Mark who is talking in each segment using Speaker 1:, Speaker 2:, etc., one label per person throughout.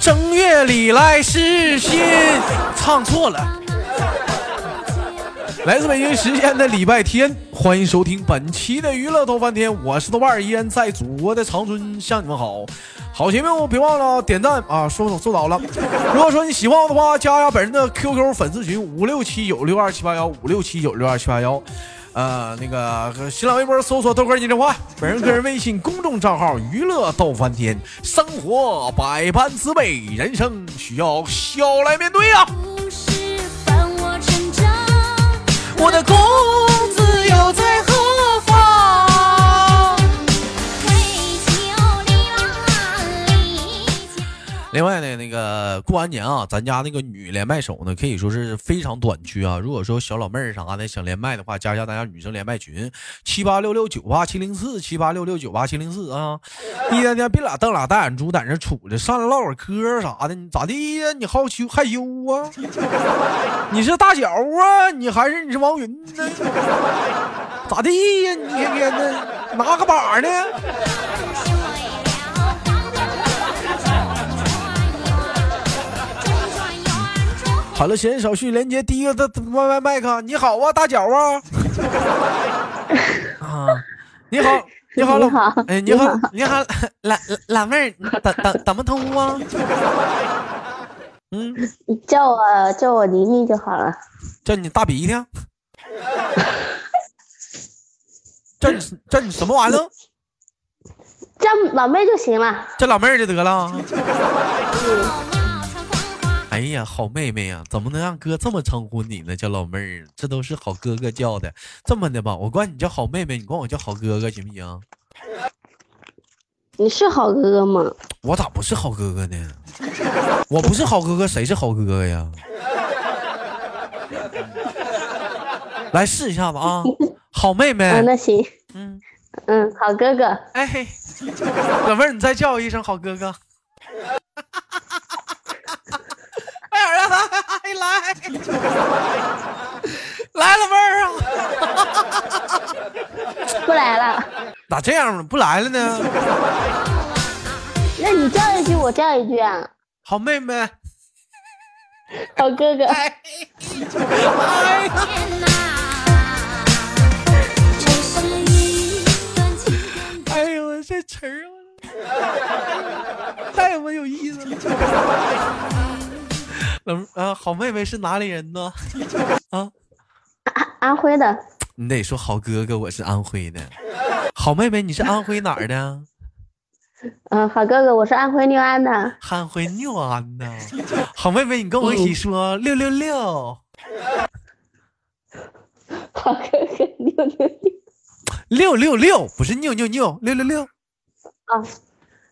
Speaker 1: 正月里来是新，唱错了。来自北京时间的礼拜天，欢迎收听本期的娱乐豆翻天，我是豆瓣儿，依然在祖国的长春向你们好。好节目别忘了点赞啊！说做倒了。 如果说你喜欢我的话，加一下本人的 QQ 粉丝群五六七九六二七八幺五六七九六二七八幺。呃，那个新浪微博搜索豆哥儿接电话，本人个人微信公众账号娱乐豆翻天，生活百般滋味，人生需要笑来面对呀、啊
Speaker 2: 故事伴我成长，
Speaker 1: 我的公子又在何方？
Speaker 2: 黑球里拉里加。
Speaker 1: 另外呢，那个过完年啊，咱家那个女连麦手呢，可以说是非常短缺啊。如果说小老妹儿啥的想连麦的话，加一下大家女生连麦群七八六六九八七零四七八六六九八七零四啊。一天天别俩瞪俩大眼珠在那杵着，上来唠会儿嗑啥的，你咋地呀？你好羞害羞啊？ 你是大脚啊？你还是你是王云呢？ 咋地呀？你天天的拿个把呢？好了，闲言少叙，连接第一个的外外麦克，你好啊，大脚啊， 啊，你好，你好，老
Speaker 3: 你好
Speaker 1: 哎，你好，你好，老老老妹儿，你怎怎怎么称呼啊？嗯，
Speaker 3: 你叫我叫我妮妮就好了。
Speaker 1: 叫你大鼻涕，啊叫你叫你什么玩意儿？
Speaker 3: 叫老妹就行了。
Speaker 1: 叫老妹儿就得了。哎呀，好妹妹呀、怎么能让哥这么称呼你呢？叫老妹儿，这都是好哥哥叫的。这么的吧，我管你叫好妹妹，你管我叫好哥哥行不行？
Speaker 3: 你是好哥哥吗？
Speaker 1: 我咋不是好哥哥呢？我不是好哥哥，谁是好哥哥呀？来试一下子啊，好妹
Speaker 3: 啊，
Speaker 1: 妹，
Speaker 3: 那行。
Speaker 1: 哎嗯，
Speaker 3: 嗯，好哥哥，
Speaker 1: 哎，嘿老妹儿，你再叫我一声好哥 哥。快点儿啊，来来，老妹儿啊！
Speaker 3: 不来了。
Speaker 1: 咋这样呢？不来了呢？
Speaker 3: 那你叫一句，我叫一句啊。
Speaker 1: 好妹妹，
Speaker 3: 好哥哥，
Speaker 1: 哎，哎呀哎呦，我这词儿我太他妈有意思了。老妹儿啊，好妹妹是哪里人呢？啊，
Speaker 3: 安徽的，
Speaker 1: 你得说好哥哥，我是安徽的。好妹妹，你是安徽哪儿的？
Speaker 3: 嗯，好哥哥，我是安徽六安的。
Speaker 1: 安徽六安呐。好妹妹，你跟我一起说六六六
Speaker 3: 好哥哥六六六
Speaker 1: 六六六，不是六六六六六六。
Speaker 3: 啊，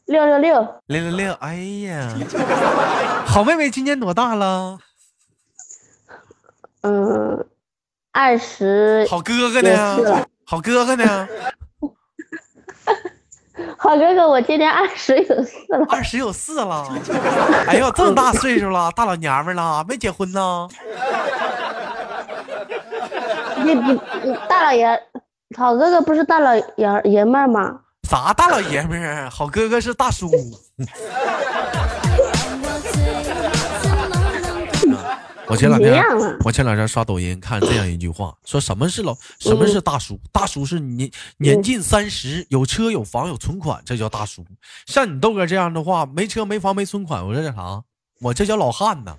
Speaker 3: 六六六，
Speaker 1: 六六六，哎呀， 好妹妹今年多大了？
Speaker 3: 嗯，二十
Speaker 1: 好哥哥
Speaker 3: 也是
Speaker 1: 呢
Speaker 3: 了？
Speaker 1: 好哥哥呢？
Speaker 3: 好哥哥，我今年二十有四了。
Speaker 1: 二十有四了，哎呦，这么大岁数了，大老娘们儿了，没结婚呢？
Speaker 3: 你你你大老爷，好哥哥不是大老爷爷们儿吗？
Speaker 1: 啥大老爷们儿？好哥哥是大叔，我前两
Speaker 3: 一
Speaker 1: 天
Speaker 3: 样啊，
Speaker 1: 我前两天刷抖音看这样一句话，说什么是老什么
Speaker 3: 嗯
Speaker 1: 是大叔？大叔是年年近三十，有车有房有存款，这叫大叔。像你豆哥这样的话，没车没房没存款，我这叫啥？我这叫老汉呢。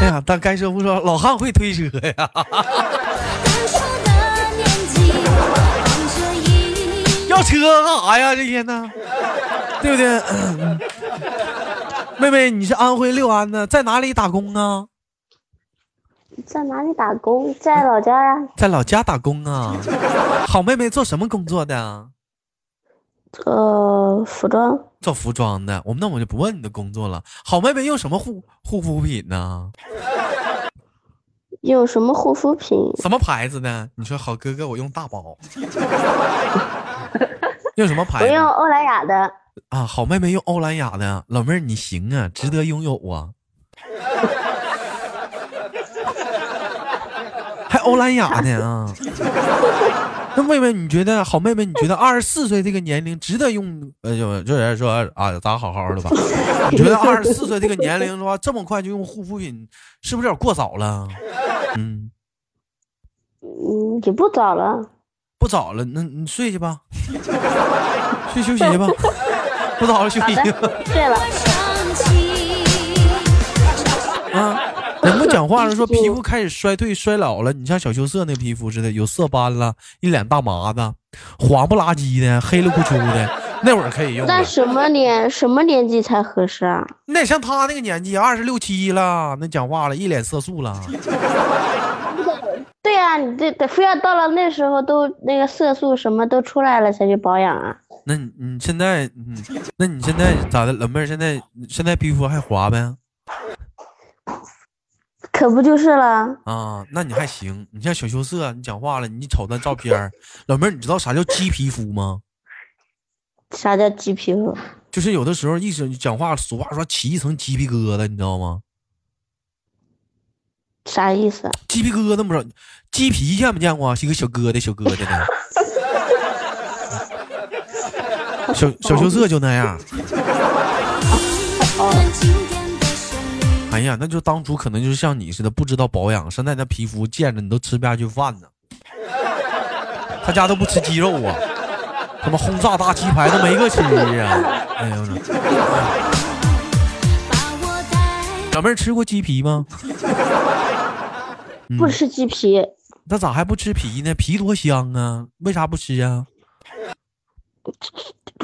Speaker 1: 哎呀，但该说不说，老汉会推车呀。要车干啥呀？这些呢，对不对？嗯妹妹，你是安徽六安的，在哪里打工啊？
Speaker 3: 在哪里打工？在老家啊呀、
Speaker 1: 在老家打工啊。好妹妹做什么工作的啊？
Speaker 3: 呃，服装，
Speaker 1: 做服装的。我们那我就不问你的工作了。好妹妹用什么护护肤品呢？
Speaker 3: 有什么护肤品？
Speaker 1: 什么牌子的？你说好哥哥，我用大包。用什么牌
Speaker 3: 我
Speaker 1: 子
Speaker 3: 用欧莱雅的，
Speaker 1: 啊？好妹妹用欧莱雅的。老妹儿你行啊，值得拥有啊。还欧莱雅呢啊！那妹妹，你觉得好妹妹，你觉得二十四岁这个年龄值得用？呃，就就有人说啊，咱好好的吧。你觉得二十四岁这个年龄的话，这么快就用护肤品，是不是有点过早了？嗯，
Speaker 3: 嗯，也不早了，
Speaker 1: 不早了，那你睡去吧， 去休息去吧。不早了，休息去吧。
Speaker 3: 睡了，
Speaker 2: 生气，
Speaker 1: 啊，人不讲话了，说皮肤开始衰退、衰老了。你像小羞涩那皮肤似的，有色斑了，一脸大麻子，黄不拉几的，黑了咕秋的，那会儿可以用了。
Speaker 3: 那什么年什么年纪才合适啊？
Speaker 1: 你得像他那个年纪，二十六七了，那讲话了，一脸色素了。
Speaker 3: 对呀、你这得非要到了那时候都那个色素什么都出来了才去保养啊？
Speaker 1: 那你你现在，嗯，那你现在咋的？老妹儿现在现在皮肤还滑呗？
Speaker 3: 可不就是了？
Speaker 1: 啊，那你还行。你像小羞涩，你讲话了，你瞅那照片儿，老妹儿，你知道啥叫鸡皮肤吗？
Speaker 3: 啥叫鸡皮肤？
Speaker 1: 就是有的时候一整讲话，俗话说起一层鸡皮疙瘩，你知道吗？
Speaker 3: 啥意思？啊
Speaker 1: 鸡皮疙瘩不是鸡皮见没见过啊？是一个小疙瘩，小疙瘩的。 小小羞涩就那样，
Speaker 2: 但今天的生命
Speaker 1: 哎呀，那就当初可能就是像你似的，不知道保养，现在那皮肤见着你都吃不下去饭呢。他家都不吃鸡肉啊，他妈轰炸大鸡排都没个吃啊！哎呦我操，
Speaker 2: 把我带
Speaker 1: 老妹儿吃过鸡皮吗？嗯
Speaker 3: 不吃鸡皮，
Speaker 1: 那咋还不吃皮呢？皮多香啊，为啥不吃啊？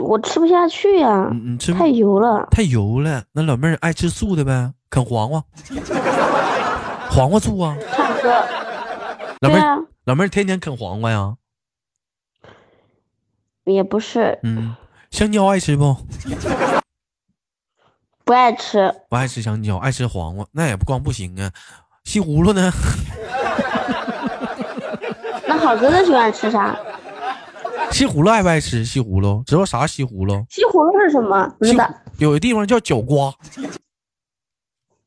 Speaker 3: 我吃不下去呀、
Speaker 1: 你你嗯吃不
Speaker 3: 太油了。
Speaker 1: 太油了，那老妹儿爱吃素的呗，啃黄瓜，黄瓜素啊，
Speaker 3: 差不多。
Speaker 1: 老
Speaker 3: 对
Speaker 1: 妹儿、
Speaker 3: 啊，
Speaker 1: 老妹儿天天啃黄瓜呀，
Speaker 3: 也不是
Speaker 1: 嗯，香蕉爱吃不？
Speaker 3: 不爱吃，
Speaker 1: 不爱吃香蕉，爱吃黄瓜，那也不光不行啊。西葫芦呢？
Speaker 3: 那好哥哥喜欢吃啥？
Speaker 1: 西葫芦爱不爱吃？西葫芦知道啥西葫芦？
Speaker 3: 西葫芦是什么？不
Speaker 1: 西
Speaker 3: 知道
Speaker 1: 葫。有的地方叫角瓜，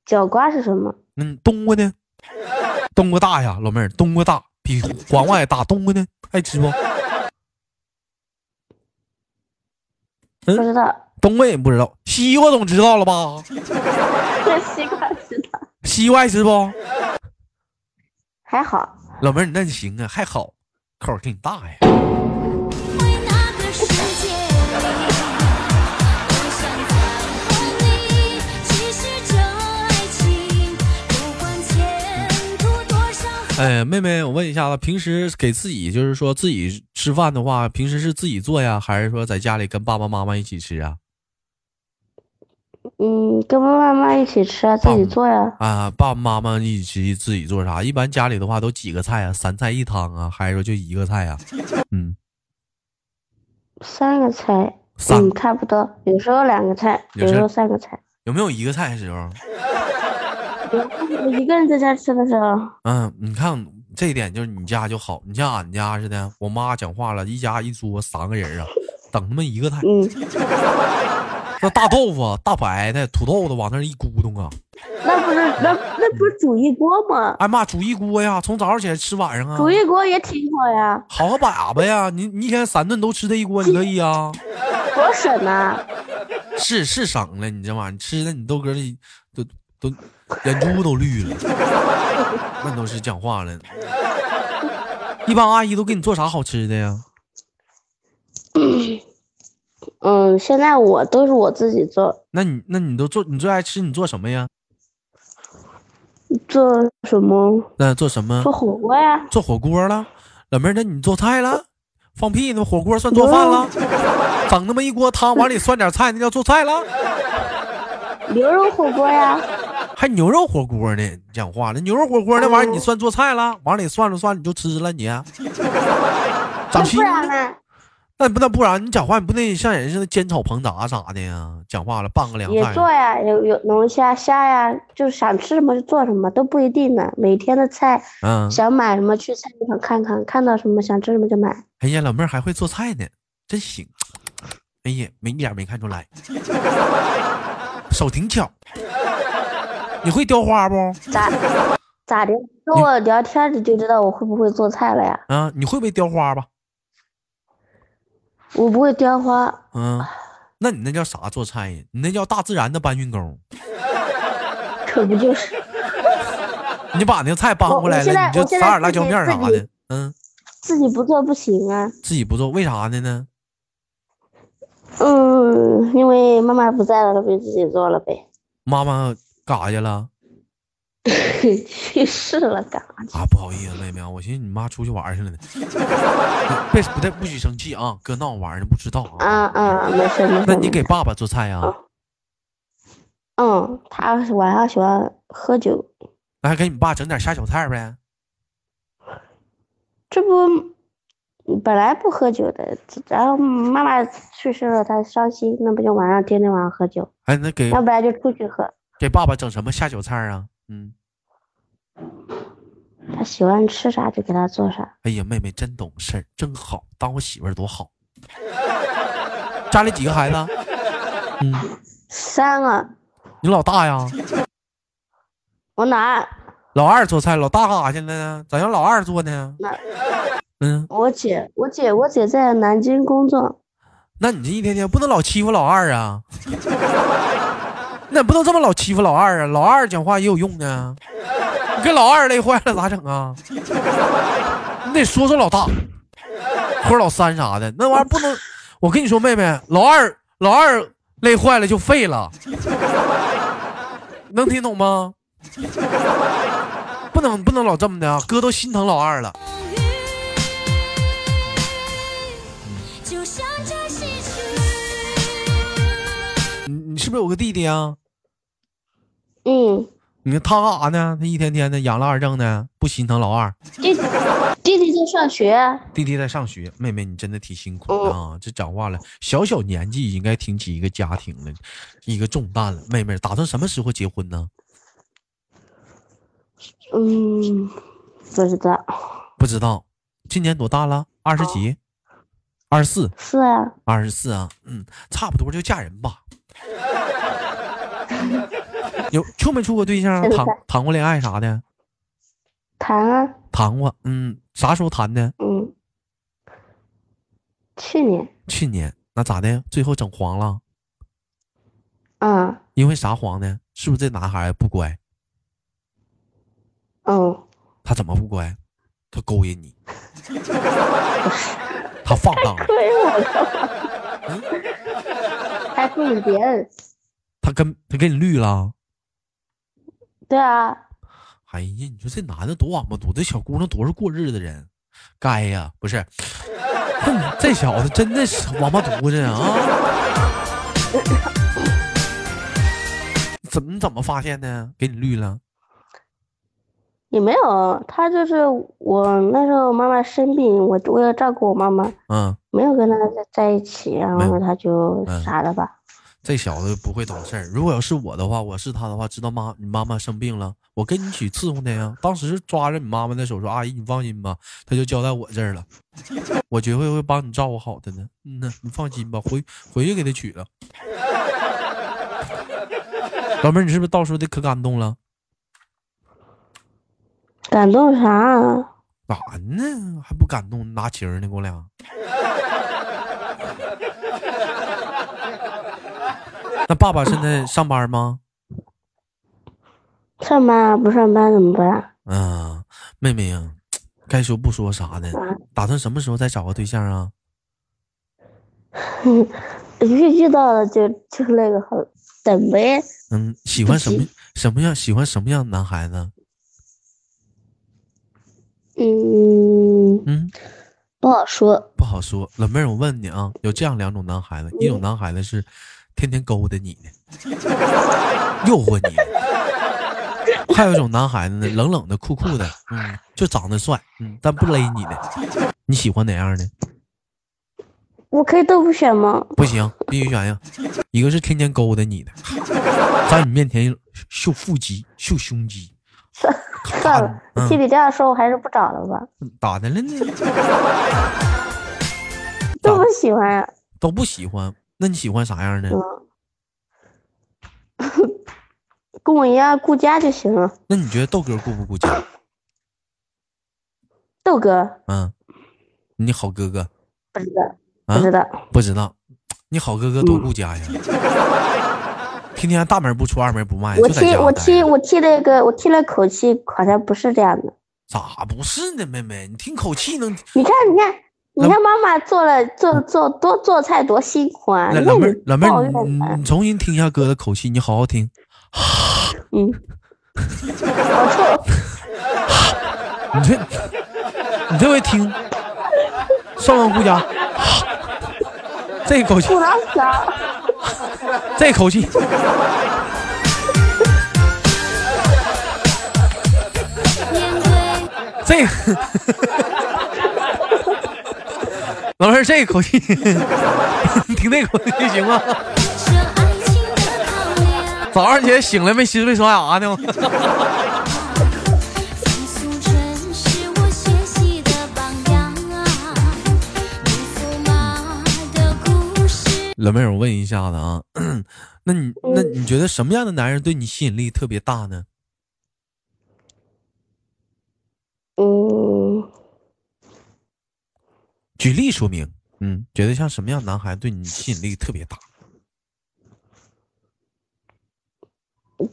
Speaker 3: 角瓜是什么？
Speaker 1: 嗯，冬瓜呢？冬瓜大呀，老妹儿，冬瓜大比黄瓜还大，冬瓜呢？爱吃不？嗯
Speaker 3: 不知 道。
Speaker 1: 冬瓜也不知道，西瓜总知道了吧？
Speaker 3: 西瓜知道。
Speaker 1: 西瓜爱吃不？
Speaker 3: 还好，
Speaker 1: 老妹儿，那你行啊，还好，口儿挺大呀。
Speaker 2: 回那个世界里，我想再和你继续这爱情，不管前途多少。
Speaker 1: 哎，妹妹，我问一下子，平时给自己就是说自己吃饭的话，平时是自己做呀，还是说在家里跟爸爸妈妈一起吃啊？
Speaker 3: 嗯，跟妈妈一起吃啊，自己做呀、
Speaker 1: 啊，爸爸妈妈一起自己做啥？一般家里的话都几个菜啊，三菜一汤啊，还是说就一个菜啊？嗯，
Speaker 3: 三个菜，
Speaker 1: 三
Speaker 3: 嗯，差不多，有时候两个菜，
Speaker 1: 有时
Speaker 3: 有
Speaker 1: 候
Speaker 3: 时候三个菜。
Speaker 1: 有没有一个菜的时候？
Speaker 3: 我一个人在家吃的时候，
Speaker 1: 嗯，你看这一点就是你家就好，你像俺家似的，我妈讲话了，一家一桌三个人啊，等他妈一个菜。
Speaker 3: 嗯，
Speaker 1: 那大豆腐啊、大白菜、土豆子往那儿一咕咚啊，
Speaker 3: 那不是那那不是煮一锅吗？
Speaker 1: 哎妈，煮一锅呀，从早上起来吃晚上啊，
Speaker 3: 煮一锅也挺好呀，
Speaker 1: 好个粑粑呀，你你一天三顿都吃这一锅，你乐意啊？
Speaker 3: 多省啊呐、
Speaker 1: 是是省了，你这玩意儿吃的你豆哥里都都眼珠都绿了， 那都是讲话了。一般阿姨都给你做啥好吃的呀？
Speaker 3: 嗯，现在我都是我自己做，
Speaker 1: 那你那你都做你最爱吃你做什么呀？
Speaker 3: 做什么？
Speaker 1: 那做什么
Speaker 3: 做？火锅呀。
Speaker 1: 做火锅了，老妹儿，那你做菜了？放屁呢！火锅算做饭了？ 整那么一锅汤，往里涮点菜，那叫做菜了？
Speaker 3: 牛肉火锅呀，
Speaker 1: 还牛肉火锅呢？你讲话了，牛肉火锅那
Speaker 3: 哦
Speaker 1: 玩意儿你算做菜了？往里涮了涮，你就吃了你？啊
Speaker 3: 那
Speaker 1: 长心
Speaker 3: 不然呢？
Speaker 1: 那不那不然，你讲话你不得像人似的煎炒烹炸啥的呀？讲话了拌个凉
Speaker 3: 也
Speaker 1: 菜，
Speaker 3: 做呀，有有龙虾、虾呀，就是想吃什么就做什么，都不一定呢。每天的菜，
Speaker 1: 嗯，
Speaker 3: 想买什么去菜市场看看，看到什么想吃什么就买。
Speaker 1: 哎呀，老妹儿还会做菜呢，真行。哎呀，没一点没看出 来，手挺巧。你会雕花不？
Speaker 3: 咋 咋的？跟我聊天你就知道我会不会做菜了呀？
Speaker 1: 啊，你会不会雕花吧？
Speaker 3: 我不会雕花，
Speaker 1: 嗯，那你那叫啥做菜呀？你那叫大自然的搬运工。
Speaker 3: 可不就是？
Speaker 1: 你把那菜搬
Speaker 3: 我
Speaker 1: 过来
Speaker 3: 我现
Speaker 1: 了，
Speaker 3: 在
Speaker 1: 你就
Speaker 3: 我现
Speaker 1: 撒
Speaker 3: 在
Speaker 1: 点辣椒面儿啥
Speaker 3: 自己自
Speaker 1: 的。嗯，
Speaker 3: 自己不做不行啊。
Speaker 1: 自己不做，为啥的呢？
Speaker 3: 嗯，因为妈妈不在了，那不就自己做了呗。
Speaker 1: 妈妈干啥去了？
Speaker 3: 去世了干啥去？
Speaker 1: 啊，不好意思，妹妹啊，我寻思你妈出去玩儿去了呢。 别不对，不许生气啊，哥闹玩儿呢，不知道啊。
Speaker 3: 啊啊，没事没事。
Speaker 1: 那你
Speaker 3: 没事
Speaker 1: 给爸爸做菜呀、啊？
Speaker 3: 嗯，他晚上喜欢喝酒，
Speaker 1: 那还给你爸整点下酒菜呗？
Speaker 3: 这不本来不喝酒的，然后妈妈去世了，他伤心，那不就晚上天天晚上喝酒，
Speaker 1: 哎，那给
Speaker 3: 要不然就出去喝。
Speaker 1: 给爸爸整什么下酒菜啊？嗯，
Speaker 3: 他喜欢吃啥就给他做啥。
Speaker 1: 哎呀，妹妹真懂事儿，真好，当我媳妇儿多好。家里几个孩子？嗯，
Speaker 3: 三个，
Speaker 1: 你老大呀？
Speaker 3: 我老二，
Speaker 1: 老二做菜，老大干啥去了呢？咋让老二做呢？
Speaker 3: 那
Speaker 1: 嗯，
Speaker 3: 我姐，我姐，我姐在南京工作，
Speaker 1: 那你这一天天不能老欺负老二啊！ 你咋不能这么老欺负老二啊？老二讲话也有用呢，你给老二累坏了咋整啊？ 你得说说老大或者老三啥的，那玩意儿不能。我跟你说，妹妹，老二老二累坏了就废了，能听懂吗？ 不能不能老这么的啊，哥都心疼老二了。
Speaker 2: 雨，就像这西去。
Speaker 1: 你你是不是有个弟弟啊？
Speaker 3: 嗯，
Speaker 1: 你看他干啥呢？他一天天的养了二正呢，不心疼老二。
Speaker 3: 弟弟弟在上学，
Speaker 1: 弟弟在上学，妹妹你真的挺辛苦的
Speaker 3: 哦
Speaker 1: 啊！这讲话了，小小年纪应该挺起一个家庭了，一个重担了。妹妹打算什么时候结婚呢？
Speaker 3: 嗯，不知道，
Speaker 1: 不知道，今年多大了？二十几？
Speaker 3: 哦
Speaker 1: 二十四？
Speaker 3: 是啊，
Speaker 1: 二十四啊？嗯，差不多就嫁人吧。有处没处过对象？
Speaker 3: 现在
Speaker 1: 谈谈过恋爱啥的？
Speaker 3: 谈啊，
Speaker 1: 谈过，嗯，啥时候谈的？
Speaker 3: 嗯，去年，
Speaker 1: 去年。那咋的？最后整黄了？
Speaker 3: 嗯
Speaker 1: 因为啥黄呢？是不是这男孩不乖？
Speaker 3: 嗯，
Speaker 1: 他怎么不乖？他勾引你，他放荡你，
Speaker 3: 对我干 嘛？还勾引别人？
Speaker 1: 他跟他给你绿了。
Speaker 3: 对啊，
Speaker 1: 哎呀，你说这男的多王八犊子，这小姑娘多是过日子人，该呀，不是？ 哼，这小子真的是王八犊子啊！怎么怎么发现的？给你绿了？
Speaker 3: 也没有，他就是我那时候妈妈生病，我为了照顾我妈妈，
Speaker 1: 嗯，
Speaker 3: 没有跟他在在一起，然
Speaker 1: 没有
Speaker 3: 后他就
Speaker 1: 嗯
Speaker 3: 啥了吧？
Speaker 1: 这小子不会懂事儿。如果要是我的话，我是他的话，知道妈你妈妈生病了，我跟你一起伺候他呀。当时抓着你妈妈的手说：“阿姨，你放心吧。”他就交代我这儿了，我绝对会帮你照顾好的呢。嗯呐，你放心吧，回回去给他娶了。老妹儿，你是不是到时候得可感动了？
Speaker 3: 感动啥啊？
Speaker 1: 干啥呢？还不感动？拿情儿呢，给我俩。 那爸爸现在上班吗？
Speaker 3: 上班啊不上班怎么办啊？
Speaker 1: 啊，妹妹呀、该说不说啥的，打算什么时候再找个对象啊？
Speaker 3: 遇遇到了就就那个好等呗，
Speaker 1: 嗯，喜欢什么
Speaker 3: 不
Speaker 1: 什么样？喜欢什么样的男孩子？
Speaker 3: 嗯，
Speaker 1: 嗯，
Speaker 3: 不好说。
Speaker 1: 不好说。老妹儿，我问你啊，有这样两种男孩子，一种男孩子是天天勾搭你的， 诱惑你的；还有一种男孩子呢，冷冷的、酷酷的，嗯，就长得帅，嗯，但不勒你的。你喜欢哪样的？
Speaker 3: 我可以都不选吗？
Speaker 1: 不行，必须选呀！一个是天天勾搭你的，在你面前秀腹肌、秀胸肌，
Speaker 3: 算了，
Speaker 1: 嗯
Speaker 3: 听你这样说，我还是不找了吧。
Speaker 1: 咋的了呢？
Speaker 3: 都不喜欢啊，
Speaker 1: 都不喜欢，那你喜欢啥样的？
Speaker 3: 嗯跟我一样顾家就行了。
Speaker 1: 那你觉得豆哥顾不顾家？
Speaker 3: 豆哥
Speaker 1: 嗯，你好哥哥，
Speaker 3: 不知道，不知道，
Speaker 1: 不知道，你好哥哥多顾家呀，天天大门不出二门不迈，
Speaker 3: 我
Speaker 1: 哎就在
Speaker 3: 听
Speaker 1: 家
Speaker 3: 我
Speaker 1: 待
Speaker 3: 听
Speaker 1: 着
Speaker 3: 我听那个我听了口气，好像不是这样的。
Speaker 1: 咋不是呢？妹妹，你听口气能
Speaker 3: 你看，你看，
Speaker 1: 老
Speaker 3: 你看妈妈做了做做多做菜多辛苦啊！
Speaker 1: 老嗯老
Speaker 3: 你看
Speaker 1: 妹
Speaker 3: 你
Speaker 1: 儿老妹
Speaker 3: 抱
Speaker 1: 儿，
Speaker 3: 怨
Speaker 1: 你
Speaker 3: 啊
Speaker 1: 你重新听一下哥的口气，你好好听。
Speaker 3: 嗯，我错，
Speaker 1: 你这你这回听，上完顾家，这口气
Speaker 3: 不能想。
Speaker 1: 这口气。
Speaker 2: 面对。
Speaker 1: 这个老妹儿这口气， 听这口气行吗？
Speaker 2: 这爱情的考量，
Speaker 1: 早上起来醒来没洗没刷牙呢吗？
Speaker 2: 风俗真是我学习的榜样啊！你驸马的故事，
Speaker 1: 老妹儿，我问一下子啊， 那你那你觉得什么样的男人对你吸引力特别大呢？
Speaker 3: 嗯，
Speaker 1: 举例说明，嗯，觉得像什么样的男孩对你吸引力特别大？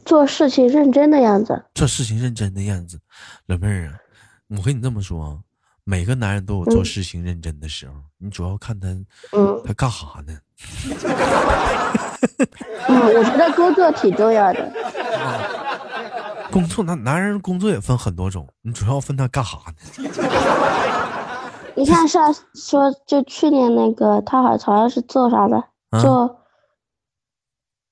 Speaker 3: 做事情认真的样子。
Speaker 1: 做事情认真的样子，老妹儿啊，我跟你这么说啊，每个男人都有做
Speaker 3: 嗯
Speaker 1: 事情认真的时候，你主要看他
Speaker 3: 嗯
Speaker 1: 他干哈呢？
Speaker 3: 嗯，我觉得工作挺重要的。
Speaker 1: 工作男男人工作也分很多种，你主要分他干啥呢？
Speaker 3: 你看上说就去年那个，他好好像是做啥的？
Speaker 1: 啊
Speaker 3: 做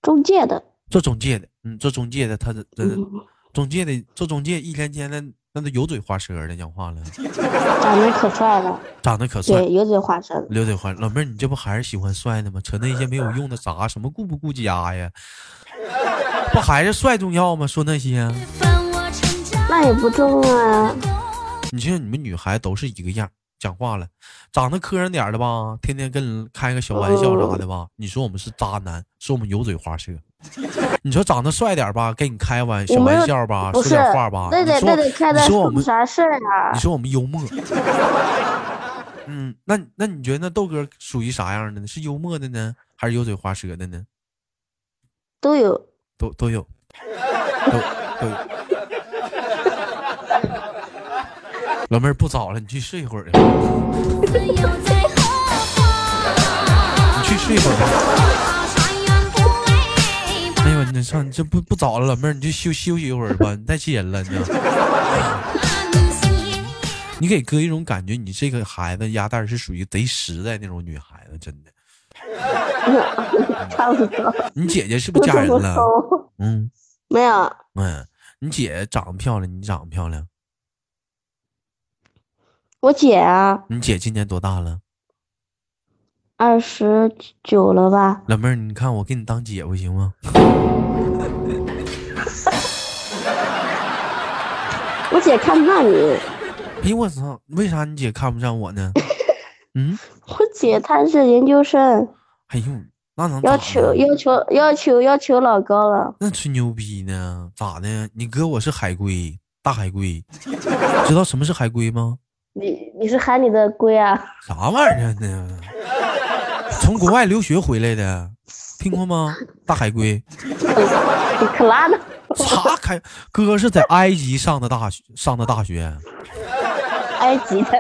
Speaker 3: 中介的。
Speaker 1: 做中介的，嗯，做中介的，他这这
Speaker 3: 嗯，
Speaker 1: 中介的做中介，一天天的那都油嘴滑舌的讲话了，
Speaker 3: 长得可帅了，
Speaker 1: 长得可帅
Speaker 3: 对，，油嘴滑舌的。
Speaker 1: 溜嘴滑。老妹儿，你这不还是喜欢帅的吗？扯那些没有用的啥，什么顾不顾家呀？不还是帅重要吗？说那些，啊
Speaker 2: 伴我成长。
Speaker 3: 那也不重要啊。
Speaker 1: 你像你们女孩都是一个样，讲话了，长得磕碜点儿的吧，天天跟人开个小玩笑啥的
Speaker 3: 嗯
Speaker 1: 吧，你说我们是渣男，说我们油嘴滑舌。 你说长得帅点儿吧，跟你开玩小
Speaker 3: 我们
Speaker 1: 玩笑吧，
Speaker 3: 不
Speaker 1: 啊说
Speaker 3: 是
Speaker 1: 点话吧，，
Speaker 3: 那
Speaker 1: 你
Speaker 3: 得
Speaker 1: 说
Speaker 3: 那得看
Speaker 1: 你
Speaker 3: 他
Speaker 1: 说我
Speaker 3: 出
Speaker 1: 们，
Speaker 3: 啥事儿啊
Speaker 1: 你。说我们幽 默。嗯，那你那你觉得那豆哥属于啥样的呢？是幽默的呢，还是油嘴滑舌的呢？
Speaker 3: 都有。
Speaker 1: 都都有，都都有。 老妹儿不早了，你去睡一会儿去。
Speaker 2: 自由在何方？
Speaker 1: 你去睡一会儿吧。
Speaker 2: 我好长远不 为
Speaker 1: 哎呦，你上你这不不早了，老妹儿，你就休休息一会儿吧，你太气人了，你知道吗。
Speaker 2: 伴你心也
Speaker 1: 你给哥一种感觉，你这个孩子鸭蛋儿是属于贼实在那种女孩子，真的。
Speaker 3: 差不多。
Speaker 1: 你姐姐是不
Speaker 3: 不
Speaker 1: 是嫁人
Speaker 3: 不
Speaker 1: 了？
Speaker 3: 收
Speaker 1: 嗯
Speaker 3: 没有，
Speaker 1: 嗯，你姐长得漂亮，你长得漂亮。
Speaker 3: 我姐啊，
Speaker 1: 你姐今年多大了？
Speaker 3: 二十九了吧？
Speaker 1: 老妹儿，你看我给你当姐夫行吗？
Speaker 3: 我姐看不上你，
Speaker 1: 哎呦我操，为啥你姐看不上我呢？嗯，
Speaker 3: 我姐她是研究生，
Speaker 1: 哎呦，那能咋
Speaker 3: 要
Speaker 1: 的
Speaker 3: 求要求要求要求老高了。
Speaker 1: 那吹牛逼呢？咋的？你哥我是海龟，大海龟，知道什么是海龟吗？
Speaker 3: 你你是喊你的龟啊？
Speaker 1: 啥玩意儿呢？从国外留学回来的，听过吗？大海龟，
Speaker 3: 你可拉倒！
Speaker 1: 啥开？哥是在埃及上的大学，上的大学，啊
Speaker 3: 埃及的，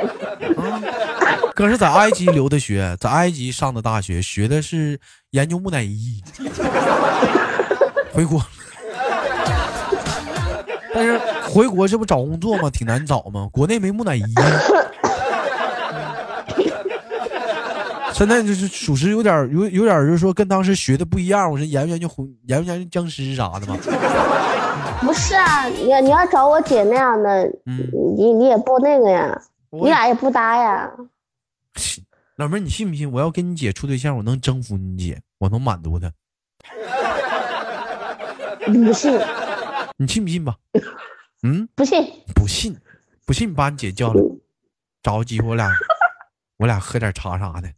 Speaker 1: 哥是在埃及留的学，在埃及上的大学，学的是研究木乃伊。回国，但是回国这不找工作吗？挺难找吗？国内没木乃伊。现在就是属实有点儿有有点儿就是说跟当时学的不一样，我是研究研究魂研究研究僵尸啥的嘛。
Speaker 3: 不是啊？你要你要找我姐那样的，
Speaker 1: 嗯，
Speaker 3: 你你也不那个呀，
Speaker 1: 我
Speaker 3: 你俩也不搭呀。
Speaker 1: 老妹儿，你信不信？我要跟你姐处对象，我能征服你姐，我能满足她，
Speaker 3: 不信
Speaker 1: 你信不信吧？嗯。
Speaker 3: 不信？
Speaker 1: 不信，不信把你姐叫来，找个机会我 俩，我俩喝点茶啥的，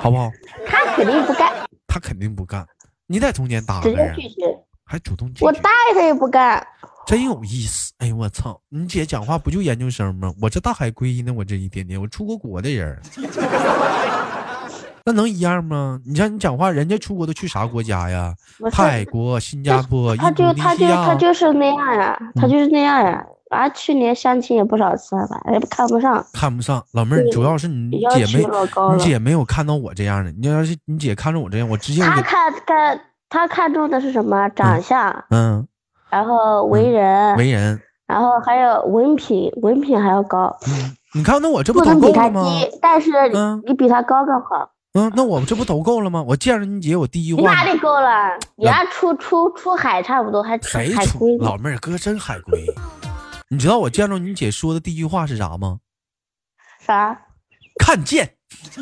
Speaker 1: 好不好？
Speaker 3: 她肯定不干，
Speaker 1: 他肯定不干，你在中间搭
Speaker 3: 直
Speaker 1: 个
Speaker 3: 接
Speaker 1: 呀，
Speaker 3: 拒绝。
Speaker 1: 还主动拒
Speaker 3: 我
Speaker 1: 绝
Speaker 3: 答应她也不干，
Speaker 1: 真有意思。哎呦我操，你姐讲话不就研究生吗？我这大海归呢，我这一天天我出过国的人儿，那能一样吗？你像你讲话，人家出国都去啥国家呀？
Speaker 3: 不是
Speaker 1: 泰国、新加坡、
Speaker 3: 他
Speaker 1: 印
Speaker 3: 就
Speaker 1: 度尼
Speaker 3: 他
Speaker 1: 西
Speaker 3: 就他
Speaker 1: 亚。
Speaker 3: 就是那样呀，
Speaker 1: 嗯
Speaker 3: 他就是那样呀。啊，去年相亲也不少次了吧，也看不上，
Speaker 1: 看不上老妹儿，
Speaker 3: 对
Speaker 1: 主要是你
Speaker 3: 要
Speaker 1: 嗯姐
Speaker 3: 求
Speaker 1: 没
Speaker 3: 老高
Speaker 1: 你
Speaker 3: 了。
Speaker 1: 姐没有看到我这样的。你要是你姐看着我这样，我直接我
Speaker 3: 他
Speaker 1: 给
Speaker 3: 看看他看重的是什么？长相，
Speaker 1: 嗯
Speaker 3: 然后为人，
Speaker 1: 为人。
Speaker 3: 然后还有文凭，文凭还要高，
Speaker 1: 嗯你看，那我这不
Speaker 3: 不
Speaker 1: 都
Speaker 3: 能
Speaker 1: 够
Speaker 3: 比他
Speaker 1: 了吗？
Speaker 3: 低，但是
Speaker 1: 嗯
Speaker 3: 你比他高更好。
Speaker 1: 嗯，那我这不都够了吗？我见着你姐，我第一
Speaker 3: 你
Speaker 1: 话
Speaker 3: 哪里够了？你家出出出海差不多，还出
Speaker 1: 谁
Speaker 3: 海
Speaker 1: 出
Speaker 3: 归呢
Speaker 1: 老妹儿哥真海归。你知道我见着你姐说的第一句话是啥吗？
Speaker 3: 啥？
Speaker 1: 看见。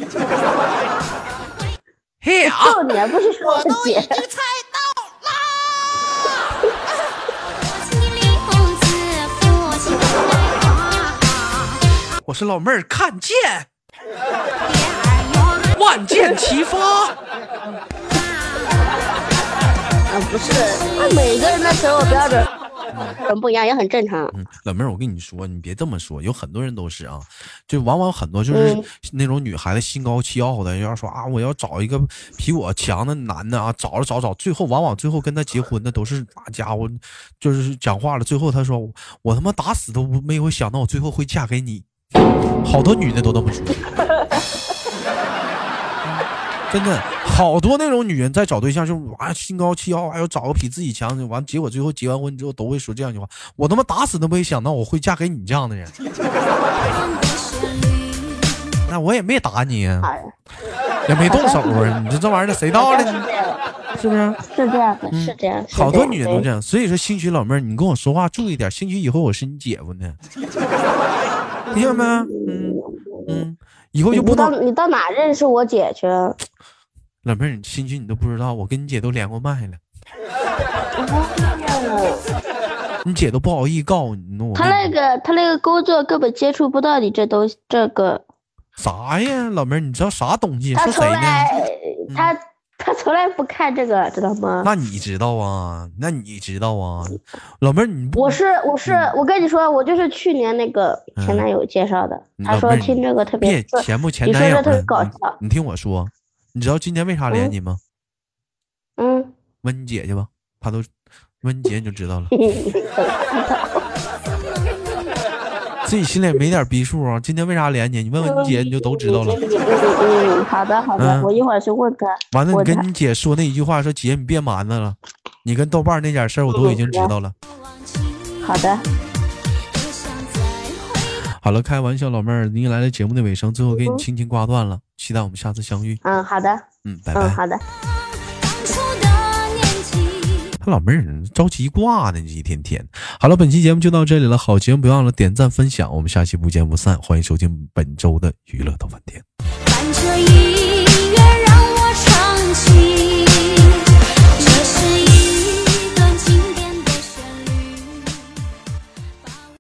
Speaker 1: 嘿啊！
Speaker 3: 过年哦不是说我姐，
Speaker 2: 七里红子夫妻恩爱花，
Speaker 1: 我说老妹儿，看见，
Speaker 2: 蝶儿哟
Speaker 1: 万箭齐发。
Speaker 3: 啊不是，那每个人的择偶标准很不一样，也很正常。
Speaker 1: 嗯，老妹儿，我跟你说，你别这么说，有很多人都是啊，就往往很多就是
Speaker 3: 嗯
Speaker 1: 那种女孩子心高气傲的，要说啊，我要找一个比我强的男的啊，找着找找，最后往往最后跟他结婚的都是那家伙，就是讲话了，最后他说我我他妈打死都不没有想到我最后会嫁给你，好多女的都这么说。真的，好多那种女人在找对象，就是哇心高气傲，还哎要找个比自己强的。完，结果最后结完婚之后都会说这样一句话：我他妈打死都不会想到我会嫁给你这样的人。
Speaker 2: 风的旋律，
Speaker 1: 那我也没打你，啊
Speaker 3: 好人
Speaker 1: 也没动手啊，你这这玩意儿谁到
Speaker 3: 是
Speaker 1: 了？
Speaker 3: 这样的，
Speaker 1: 是不是？
Speaker 3: 是这样的，是这样。
Speaker 1: 嗯好多女人都这
Speaker 3: 样。
Speaker 1: 样，所以说，兴许老妹儿，你跟我说话注意点，兴许以后我是你姐夫呢，听见没？嗯嗯，以后
Speaker 3: 对
Speaker 1: 就
Speaker 3: 你
Speaker 1: 不
Speaker 3: 到
Speaker 1: 能
Speaker 3: 你到哪认识我姐去？
Speaker 1: 老妹儿，你兴许你都不知道，我跟你姐都连过麦了，你姐都不好意思告诉你，我嗯
Speaker 3: 他
Speaker 1: 跟
Speaker 3: 那
Speaker 1: 你
Speaker 3: 个他那个工作根本接触不到你这东西，这个
Speaker 1: 啥呀，老妹儿，你知道啥东西？
Speaker 3: 他
Speaker 1: 说
Speaker 3: 从
Speaker 1: 谁呢？嗯
Speaker 3: 来他他从来不看这个，知道吗？
Speaker 1: 那你知道啊？那你知道啊？老妹儿，你不
Speaker 3: 我是我是
Speaker 1: 嗯
Speaker 3: 我跟你说，我就是去年那个前男友介绍的，
Speaker 1: 嗯
Speaker 3: 他
Speaker 1: 老
Speaker 3: 说
Speaker 1: 妹儿
Speaker 3: 听这个特别
Speaker 1: 别
Speaker 3: 顺，
Speaker 1: 前不前
Speaker 3: 你说
Speaker 1: 男友
Speaker 3: 这特别
Speaker 1: 呢
Speaker 3: 搞
Speaker 1: 你
Speaker 3: 笑
Speaker 1: 你听我说，你知道今天为啥连
Speaker 3: 嗯
Speaker 1: 你吗？
Speaker 3: 嗯，
Speaker 1: 问你姐去吧，她都问你姐你就知道了，自己心里没点逼数啊。今天为啥连你？你问问你姐你就都知道了。
Speaker 3: 嗯嗯嗯，好的好的
Speaker 1: 嗯，
Speaker 3: 我一会儿去问他。
Speaker 1: 完了，你
Speaker 3: 我
Speaker 1: 跟
Speaker 3: 的
Speaker 1: 你姐说那一句话，说姐你别瞒着了，你跟豆瓣那点事儿我都已经知道了。
Speaker 2: 忘记，
Speaker 3: 好的，
Speaker 2: 多想再回
Speaker 3: 嗯
Speaker 1: 好了，开玩笑，老妹儿，你也来了节目的尾声，最后给你轻轻挂断了，期待我们下次相遇。
Speaker 3: 嗯好的，
Speaker 1: 嗯，拜
Speaker 3: 嗯
Speaker 1: 拜。
Speaker 3: 好的。
Speaker 2: 当初的年纪。
Speaker 1: 他老妹儿着急挂呢，这一天天。好了，本期节目就到这里了，好节目不要忘了点赞分享，我们下期不见不散。欢迎收听本周的娱乐豆瓣天。
Speaker 2: 伴着一